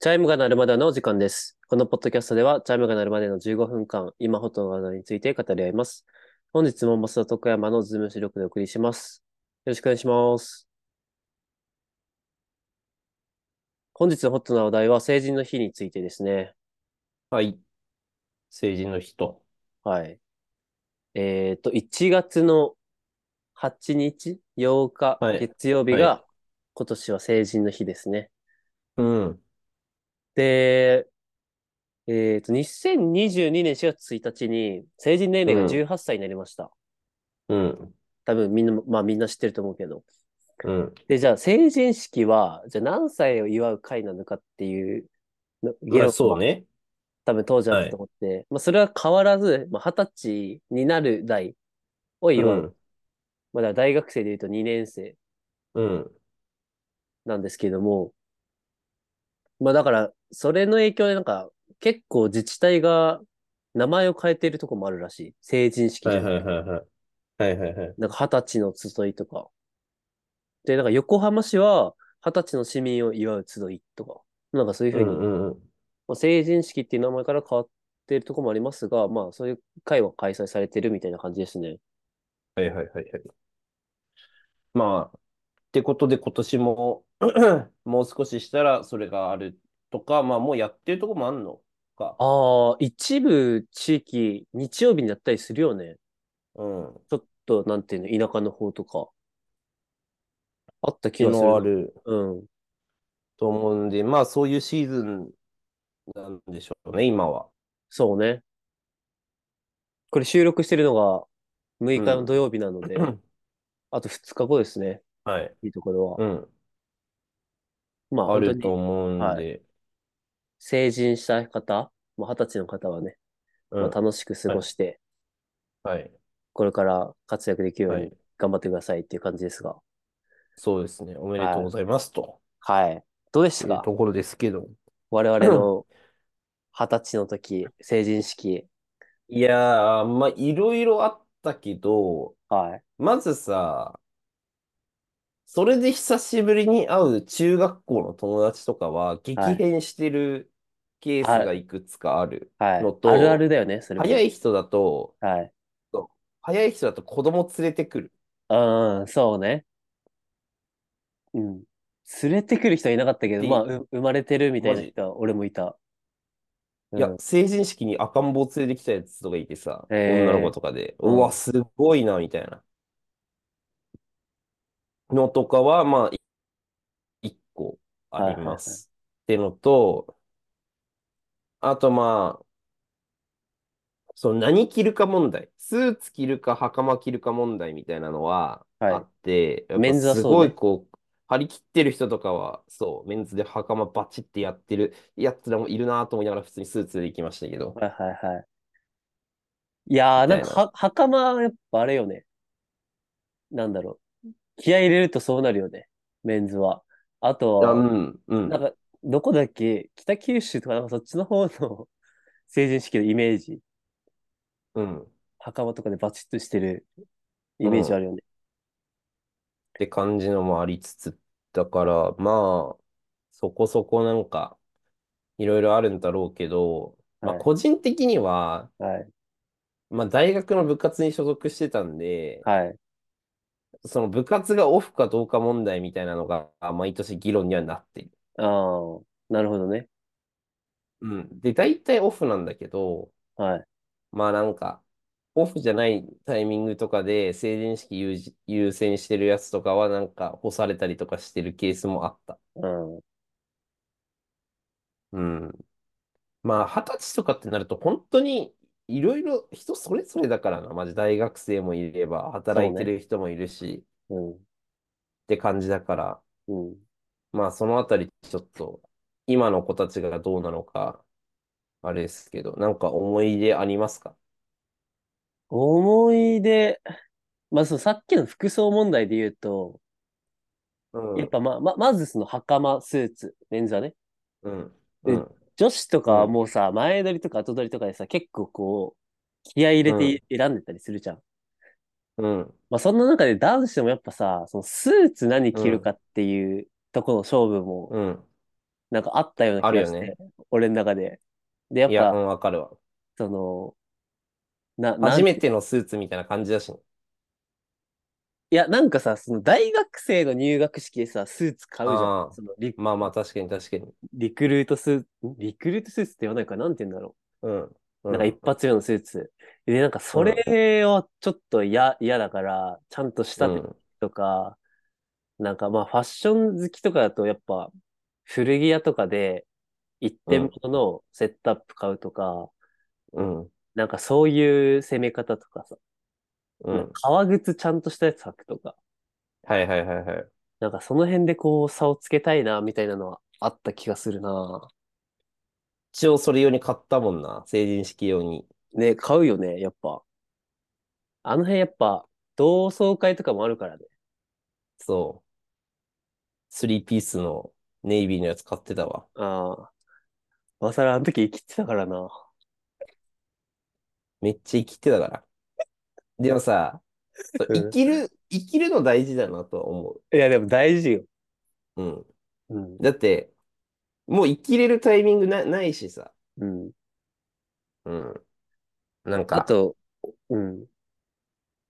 チャイムが鳴るまでのお時間です。このポッドキャストでは、チャイムが鳴るまでの15分間、今ほとの話題について語り合います。本日も増田徳山のズーム収録でお送りします。よろしくお願いします。本日のホットな話題は、成人の日についてですね。はい。成人の日と。はい。えっと、1月の8日、8日、はい月曜日はが、今年は成人の日ですね。うん。で、えっと、2022年4月1日に成人年齢が18歳になりました。うん。多分みんなも、まあみんな知ってると思うけど。うん。で、じゃあ成人式は、じゃあ何歳を祝う会なのかっていうの、議まあ論そうがね。多分当時あったと思って、まあそれは変わらず、まあ二十歳になる代をう祝う。ん。まあだから大学生で言うと2年生うん。なんですけども、まあだから、それの影響でなんか、結構自治体が名前を変えてるとこもあるらしい。成人式はじいゃなはいはいはい。はいはいはい。なんか二十歳の集いとか。で、なんか横浜市は二十歳の市民を祝う集いとか。なんかそういうふううに、んうんうん。まあ、成人式っていう名前から変わってるとこもありますが、まあそういう会は開催されてるみたいな感じですね。はいはいはいはい。まあ、ってことで今年も、 もう少ししたらそれがあるとか、まあもうやってるとこもあんのか。ああ、一部地域、日曜日にやったりするよね。うん。ちょっと、なんていうの、田舎の方とか。あった気昨が日する。あるうん。と思うんで、まあそういうシーズンなんでしょうね、今は。 そうね。これ収録してるのが6日うのん土曜日なので、 あと2日後ですね。はい。いいところは。うん。まあ、あ本当るにと思うんはで。成人した方、まあ、20歳の方はね、うんまあ、楽しく過ごして、はい。これから活躍できるようはにい。頑張ってくださいっていう感じですが。そうですね。おめでとうございますとはい。どうでしいたうかところですけど。我々 の20歳の時、成人式。いやー、まあ、いろいろあったけど、はい。まずさ、それで久しぶりに会う中学校の友達とかは、激変してるケースがいくつかある。はい。のとあるあるだよね、それも。早い人だと、はい。早い人だと子供連れてくる。うん、そうね。うん。連れてくる人はいなかったけど、でまあ、う生まれてるみたいなマジ人は俺もいた。いやうん、成人式に赤ん坊連れてきたやつとかいてさ、へー女の子とかで、うんうわ、すごいな、みたいな。のとかは、まあ、い一個あります。ってのと、あとまあ、その何着るか問題、スーツ着るか袴着るか問題みたいなのははいあって、やっぱメンズはすそうねごいこう、張り切ってる人とかは、そう、メンズで袴バチってやってるやつらもいるなと思いながら普通にスーツで行きましたけど。はいはいはい。いやー、なんみかたいなは、袴はやっぱあれよね。なんだろう。気合い入れるとそうなるよね。メンズは。あとうは、ん、うん。なんか、どこだっけ北九州とかなんかそっちの方の 成人式のイメージ。うん。っ袴とかでバチッとしてるイメージあるよね。て感じのもありつつ、だから、まあ、そこそこなんか、いろいろあるんだろうけど、まあ、はい個人的には、はい。まあ、大学の部活に所属してたんで、はい。その部活がオフかどうか問題みたいなのが、毎年議論にはなってる。あー、なるほどね。うん。で、大体オフなんだけど、はい。まあなんか、オフじゃないタイミングとかで成人式優じ優先してるやつとかはなんか干されたりとかしてるケースもあった。うん。うん。まあ、二十歳とかってなると、本当にいろいろ人それぞれだからな。マジ大学生もいれば、働いてる人もいるし、うん。って感じだから、うん。まあ、そのあたり、ちょっと、今の子たちがどうなのか、あれですけど、なんか思い出ありますか思い出。まあ、そのさっきの服装問題で言うと、うんやっぱまあ、ま、まずその袴、スーツ、メンズはね。うん。でうん。女子とかはうんもうさ、前撮りとか後撮りとかでさ、結構こう、気合い入れて選んでたりするじゃん。うん。まあそんな中で男子でもやっぱさ、そのスーツ何着るかっていうところの勝負もうん。なんかあったようなあ気るがよして、ね俺の中で。で、やっいや、ぱ、うん、わかるわ。その、な、なん初めてのスーツみたいな感じだしね、いや、なんかさ、その大学生の入学式でさ、スーツ買うじゃん。ああそのリ、まあまあ、確かに確かに。リクルートスーツ、んリクルートスーツって言わないから、なんて言うんだろうん。う。うなんか一発目のスーツ。で、なんかそれはちょっと嫌、嫌だから、ちゃんとしたうてんとか、なんかまあファッション好きとかだと、やっぱ古着屋とかで一点物のセットアップ買うとか、うん。なんかそういう攻め方とかさ、うん。革靴ちゃんとしたやつ履くとか、はいはいはいはい。なんかその辺でこう差をつけたいな、みたいなのはあった気がするな。一応それ用に買ったもんな。成人式用に。ね、買うよね、やっぱ。あの辺やっぱ、同窓会とかもあるからね。そう。スリーピースのネイビーのやつ買ってたわ。ああ。まさらあの時生きてたからな。めっちゃ生きてた から。でもさ、そううん生きる、生きるの大事だなとは思いや、でも大事よ。う。うん。うん。だって、もう生きれるタイミングな、ないしさ。うん。うん。なんあか、と、うん。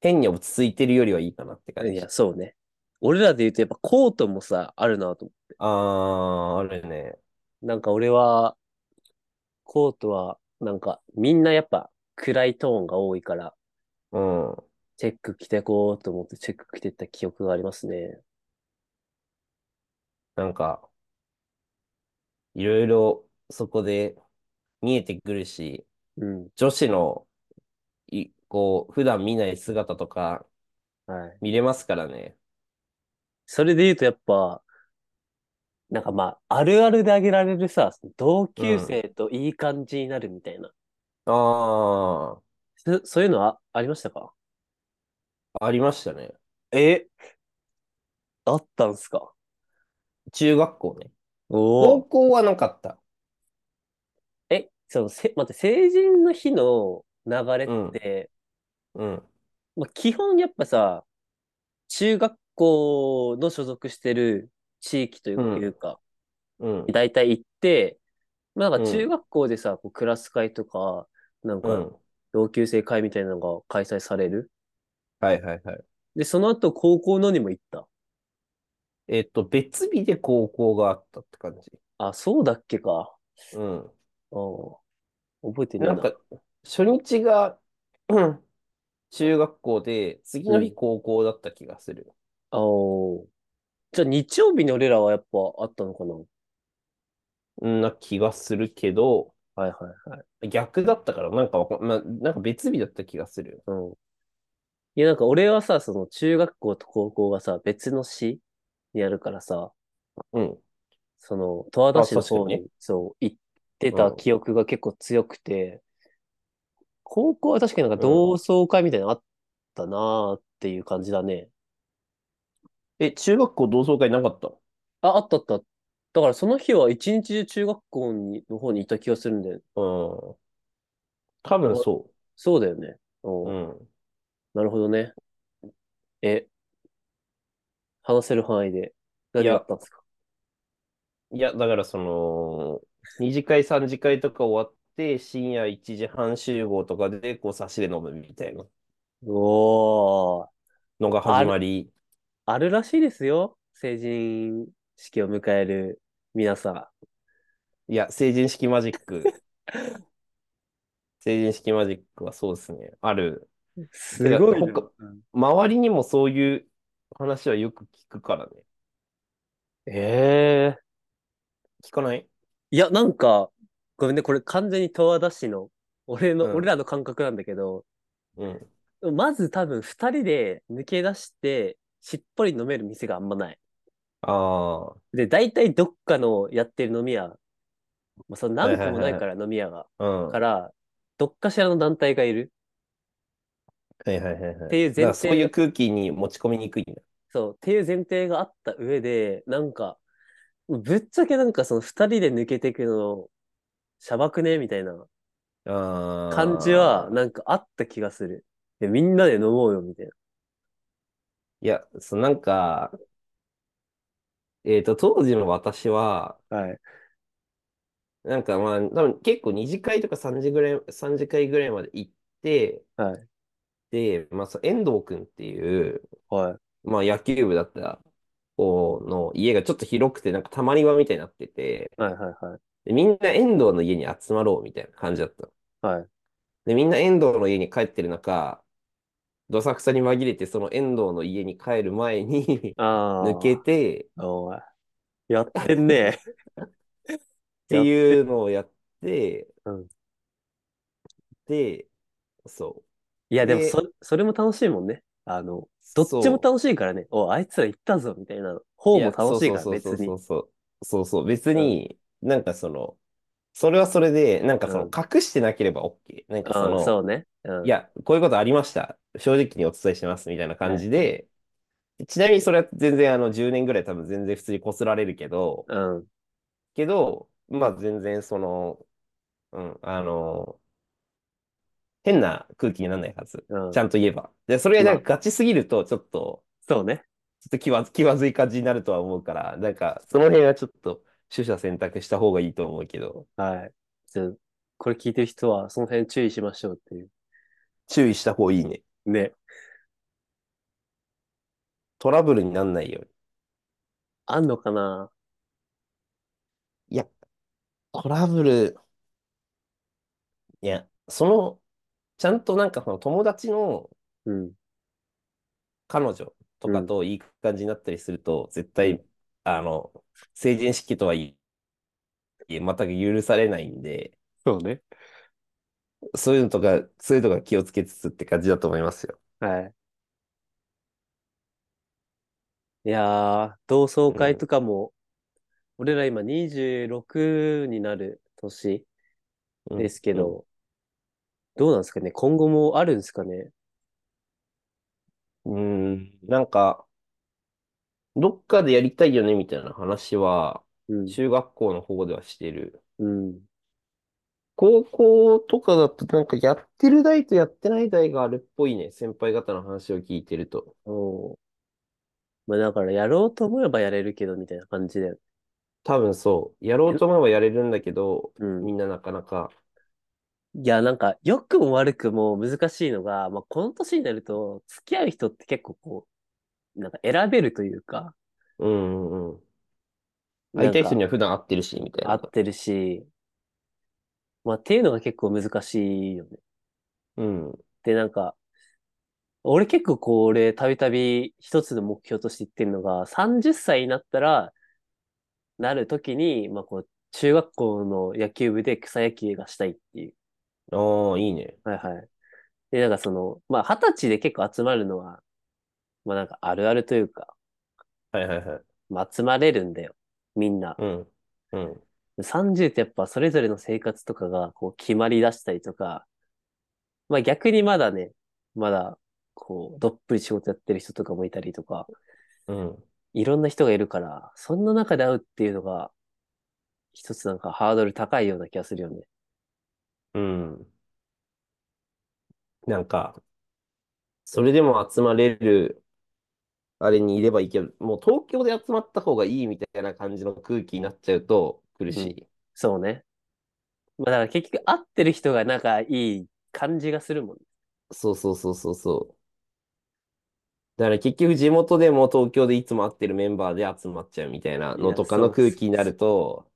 変に落ち着いてるよりはいいかなって感いじ。や、そうね。俺らで言うとやっぱコートもさ、あるなと思あー、あるね。う。なんか俺は、コートは、なんかみんなやっぱ暗いトーンが多いから、うん。チェック着てこうと思ってチェック着てった記憶がありますね。なんか、いろいろそこで見えてくるし、うん。女子の、い、こう、普段見ない姿とかはい。見れますからね。それで言うとやっぱ、なんかまあ、あるあるであげられるさ、同級生といい感じになるみたいな。あそそういうのはありましたかあ、ありましたね。えあったんすか中学校ね。お高校はなかった。え、その、せ、待って、成人の日の流れって、うん。まあ、基本やっぱさ、中学校の所属してる地域といううんいうか、うん。大体行って、まあなんかうん中学校でさ、こうクラス会とか、なんうかん。同級生会みたいなのが開催される。はいはいはい。で、その後高校のにも行った。えっと、別日で高校があったって感じ。あ、そうだっけか。うん。うん。覚えてねえなんか、初日が、 うん中学校で、次の日高校だった気がする。あーじゃあ日曜日に俺らはやっぱあったのかなうんな気がするけど、はいはいはい。逆だったから、なんかわかん、な、なんか別日だった気がする。うん。いや、なんか俺はさ、その中学校と高校がさ、別の市にあるからさ、うん。その、十和田市のあ確かに方ねに、そう、行ってた記憶が結構強くて、高校は確かになんか同窓会みたいなのあったなーっていう感じだね。え、中学校同窓会なかったあ、あったあった。だからその日は一日中中学校に、の方にいた気がするんだよね。うん。多分そそうだよね。うんう。うん。なるほどね。え、話せる範囲で何いややったんですかいや、だからその、二次会、三次会とか終わって、深夜1時半集合とかで、こう、差しで飲むみたいなおー、のが始まり、あるらしいですよ。成人式を迎える皆さいや、成人式マジッ ク。成人式マジックはそうですね。ある。ん。すごいいやな他。周りにもそういう話はよく聞くからね。ええ聞かないいや、なんか、ごめんね、これ完全に十和田市の、俺の、うん俺らの感覚なんだけど、うん。まず多分二人で抜け出して、しっぽり飲める店があんまない。あで、大体どっかのやってる飲み屋、まあ、その何個もないから飲み屋が。あ、うん。かはら、どっかしらの団体がいる。いはいはいはい。っていう前提だからそういう空気に持ち込みにくいんだ。そう、っていう前提があった上で、なんか、ぶっちゃけなんかその二人で抜けてくの、しゃばくねみたいなああ。感じは、なんかあった気がする。で、みんなで飲もうよ、みたいな。いや、そう、なんか、えっと、当時の私は、はい。なんかまあ、多分結構2次会とか3次ぐらい、3次会ぐらいまで行って、はで、まあ、そう遠藤君っていう、はい。まあ、野球部だった子の家がちょっと広くて、なんかたまり場みたいになってて、はいはいはい。でみんな遠藤の家に集まろうみたいな感じだったの。はい。で、みんな遠藤の家に帰ってる中、どさくさに紛れて、その遠藤の家に帰る前にああ。 抜けて、っおい。やってんね。ていうのをやってうん、で、そう。いや、でもでそ、それも楽しいもんね。あの、どっちも楽しいからね。お、あいつら行ったぞ、みたいなの。方いもや楽しいから、そう別そうそにう。そうそうそうそう別になんかそのそれはそれでなんかそうのん隠してなければ OK なんかそうん、のそうね。うん。いやこういうことありました正直にお伝えしますみたいな感じで、ちなみにそれは全然あの10年ぐらい多分全然普通にこすられるけどうん。けどまあ全然そのうんあの変な空気にならないはずうんち。ゃんと言えばでそれがなんかガチすぎるとちょっとそうね。ちょっと気まず、気まずい感じになるとは思うから、なんか、その辺はちょっと、取捨選択した方がいいと思うけど、はい。じゃあこれ聞いてる人は、その辺注意しましょうっていう。注意した方がいいね。ね。トラブルにならないようあんのかなに。いや、トラブル、いや、その、ちゃんとなんかその友達のうん。彼女とかといい感じになったりすると、絶対、あの、成人式とはいえ、全く許されないんで、そうね。そういうのとか、そういうのが気をつけつつって感じだと思いますよ。はい。いやー、同窓会とかも、俺ら今26になる年うんですけど、、どうなんですかね今後もあるんですかねうーん、なんか、どっかでやりたいよねみたいな話は、うん。中学校の方ではしてる。うん。高校とかだと、なんかやってる代とやってない代があるっぽいね。先輩方の話を聞いてると。おーまあだから、やろうと思えばやれるけど、みたいな感じだよ。多分そう。やろうと思えばやれるんだけど、うんみんななかなか。いや、なんか、良くも悪くも難しいのが、まあ、この年になると、付き合う人って結構こう、なんか選べるというか、うんうんうん。なん会いたいか人には普段会ってるし、みたい合な。ってるし、まあ、っていうのが結構難しいよね。うん。で、なんか、俺結構こう、俺、たびたび一つの目標として言ってるのが、30歳になったら、なるときに、まあ、こう、中学校の野球部で草野球がしたいっていう。ああ、いいね。はいはい。で、なんかその、まあ、二十歳で結構集まるのは、まあ、なんかあるあるというか、はいはいはい。まあ、集まれるんだよ。みんな。うん。うん。 30ってやっぱそれぞれの生活とかがこう決まり出したりとか、まあ逆にまだね、まだこうどっぷり仕事やってる人とかもいたりとか、うん。いろんな人がいるから、そんな中で会うっていうのが、一つなんかハードル高いような気がするよね。うん。なんか、それでも集まれる、あれにいればいいけど、もう東京で集まった方がいいみたいな感じの空気になっちゃうと苦しい。そうね。まあだから結局会ってる人がなんかいい感じがするもんね。そうそうそうそうそう。だから結局地元でも東京でいつも会ってるメンバーで集まっちゃうみたいなのとかのいやそう空気になると、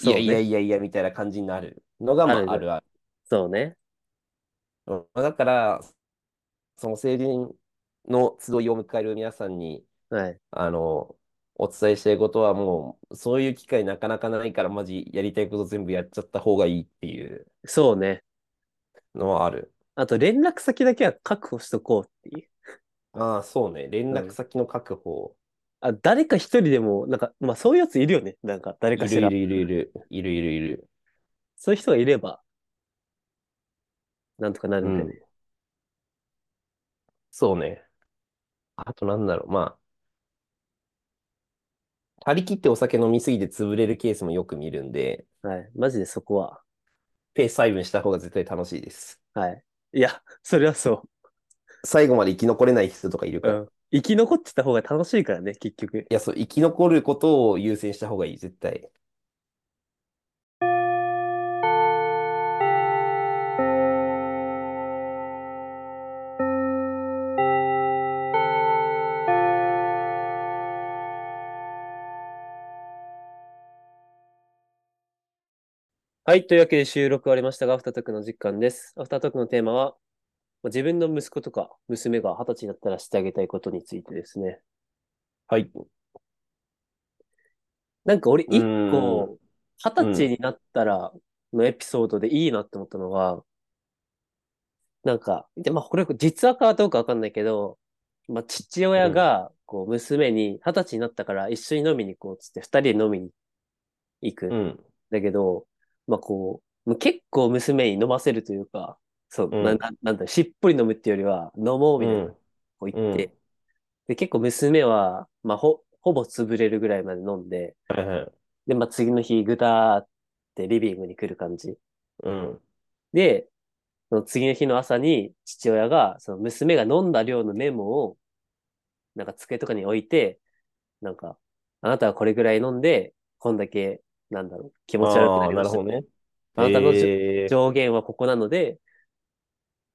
いそうやね。いやいやいやみたいな感じになるのがまああるねあるある。そうね。うんだから、その成人の集いを迎える皆さんに、はい。あの、お伝えしたいことはもう、そういう機会なかなかないから、マジやりたいこと全部やっちゃった方がいいっていうそうね。のはある。あと連絡先だけは確保しとこうっていう。ああ、そうね。連絡先の確保。あ、誰か一人でも、なんか、まあそういうやついるよね。なんか、誰いかるしら。いるいるいるいるいるいる。そういう人がいれば、なんとかなるんだよね。そうね。あとなんだろう。まあ、張り切ってお酒飲みすぎて潰れるケースもよく見るんで、はい。マジでそこは。ペース配分した方が絶対楽しいです。はい。いや、それはそ最後まで生き残れない人とかいるう。かうら。いん。生き残ってた方が楽しいからね、結局。や、そう、生き残ることを優先した方がいい、絶対。はい。というわけで収録終わりましたが、アフタートークの実感です。アフタートークのテーマは、まあ自分の息子とか娘が二十歳になったらしてあげたいことについてですね。はい。なんか俺、一う個、二十歳になったらのエピソードでいいなって思ったのが、なんか、で、まあ、これ、実話かどうかわかんないけど、まあ、父親が、こう、娘に、二十歳になったから一緒に飲みに行こうっつって、二人で飲みに行く。うん。だけど、まあこう、もう結構娘に飲ませるというか、そう、うんなななんだ、しっぽり飲むっていうよりは、飲もうみたいな、うんこうう言っんて、で、結構娘は、まあほ、ほぼ潰れるぐらいまで飲んで、はいはい。で、まあ次の日、ぐたーってリビングに来る感じ。うん。で、その次の日の朝に、父親が、その娘が飲んだ量のメモを、なんか机とかに置いて、なんか、あなたはこれぐらい飲んで、こんだけ、なんだろう、気持ち悪くなあーりなまるしたほど。ね。あなたのじょえー上限はここなので、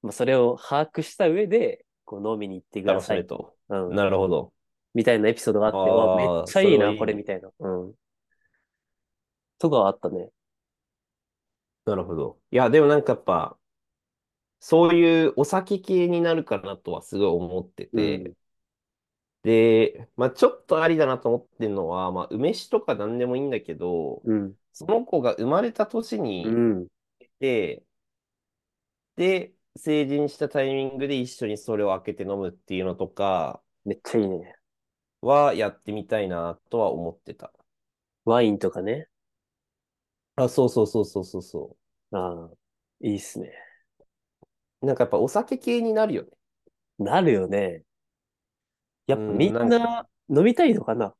まあ、それを把握した上で、こう飲みに行ってくだ楽しさめい。と。うん。なるほど。みたいなエピソードがあって、あーうわめっちゃいいそれな、はいいこれみたいな。うん。とかはあったね。なるほど。いや、でもなんかやっぱ、そういうお酒系になるかなとはすごい思ってうんて、。で、まあちょっとありだなと思ってるのは、まあ梅酒とか何でもいいんだけど、うん。その子が生まれた年うにん。で、で、成人したタイミングで一緒にそれを開けて飲むっていうのとかめっちゃいいね。はやってみたいなとは思ってた。ワインとかね。あ、そうそうそうそうそうそああ、いいっすね。う。なんかやっぱお酒系になるよね。なるよね。やっぱうんみんなんな飲みたいのかな。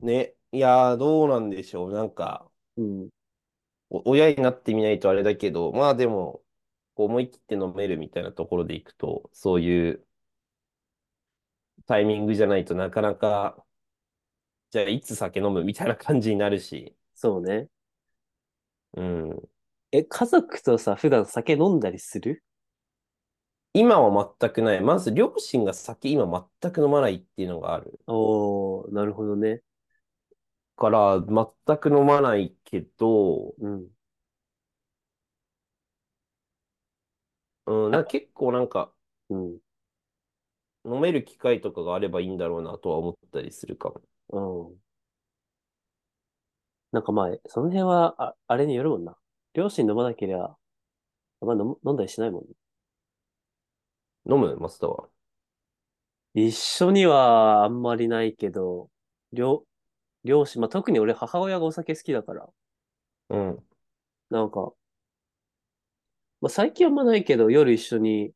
ね。いやー、どうなんでしょう。なんか、うん。お親になってみないとあれだけど、まあでも、こう思い切って飲めるみたいなところでいくと、そういうタイミングじゃないとなかなか、じゃあいつ酒飲むみたいな感じになるし、そうね。うん。え、家族とさ、普段酒飲んだりする今は全くない。まず両親が酒今全く飲まないっていうのがある。おー、なるほどね。から、全く飲まないけど、うん。うん、なんか結構なんかうん。飲める機会とかがあればいいんだろうなとは思ったりするかも。うん。なんかまあ、その辺は、あ、あれによるもんな。両親飲まなければ、あんま飲む飲んだりしないもんね。飲むマスターは。一緒にはあんまりないけど、両、両親、まあ特に俺母親がお酒好きだから、うん。なんか、まあ最近あんまないけど、夜一緒に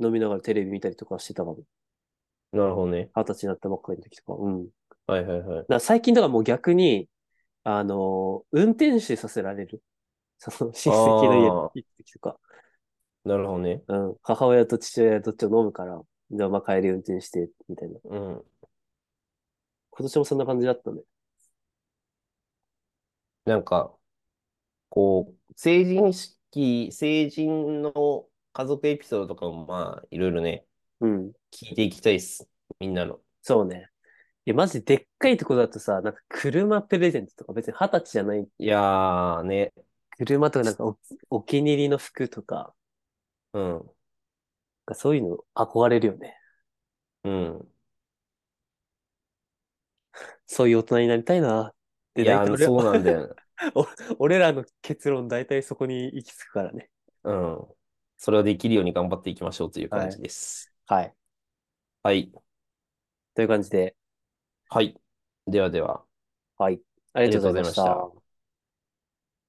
飲みながらテレビ見たりとかしてたかも。なるほどね。二十歳になったばっかりの時とか。うん。だかはいはいはい。ら最近とかもう逆に、あの運転手させられる。 その親戚の家に行った時とか。なるほどね。うん、母親と父親どっちも飲むから、で、まあ帰り運転して、みたいな。うん。今年もそんな感じだったね。なんか、こう、成人式、成人の家族エピソードとかもまあ、いろいろね、うん。聞いていきたいっす。みんなの。そうね。いや、マジでっかいとこだとさ、なんか車プレゼントとか別に二十歳じゃない。いやーね。車とかなんかお、お気に入りの服とか、うん。なんかそういうの憧れるよね。うん。そういう大人になりたいなって。いやー、大体そう俺なんだよね。 俺らの結論大体そこに行き着くからね。うん。それをできるように頑張っていきましょうという感じです。はい。はい。という感じで、はい。ではでは。はい。ありがとうございまし。ありがとうございました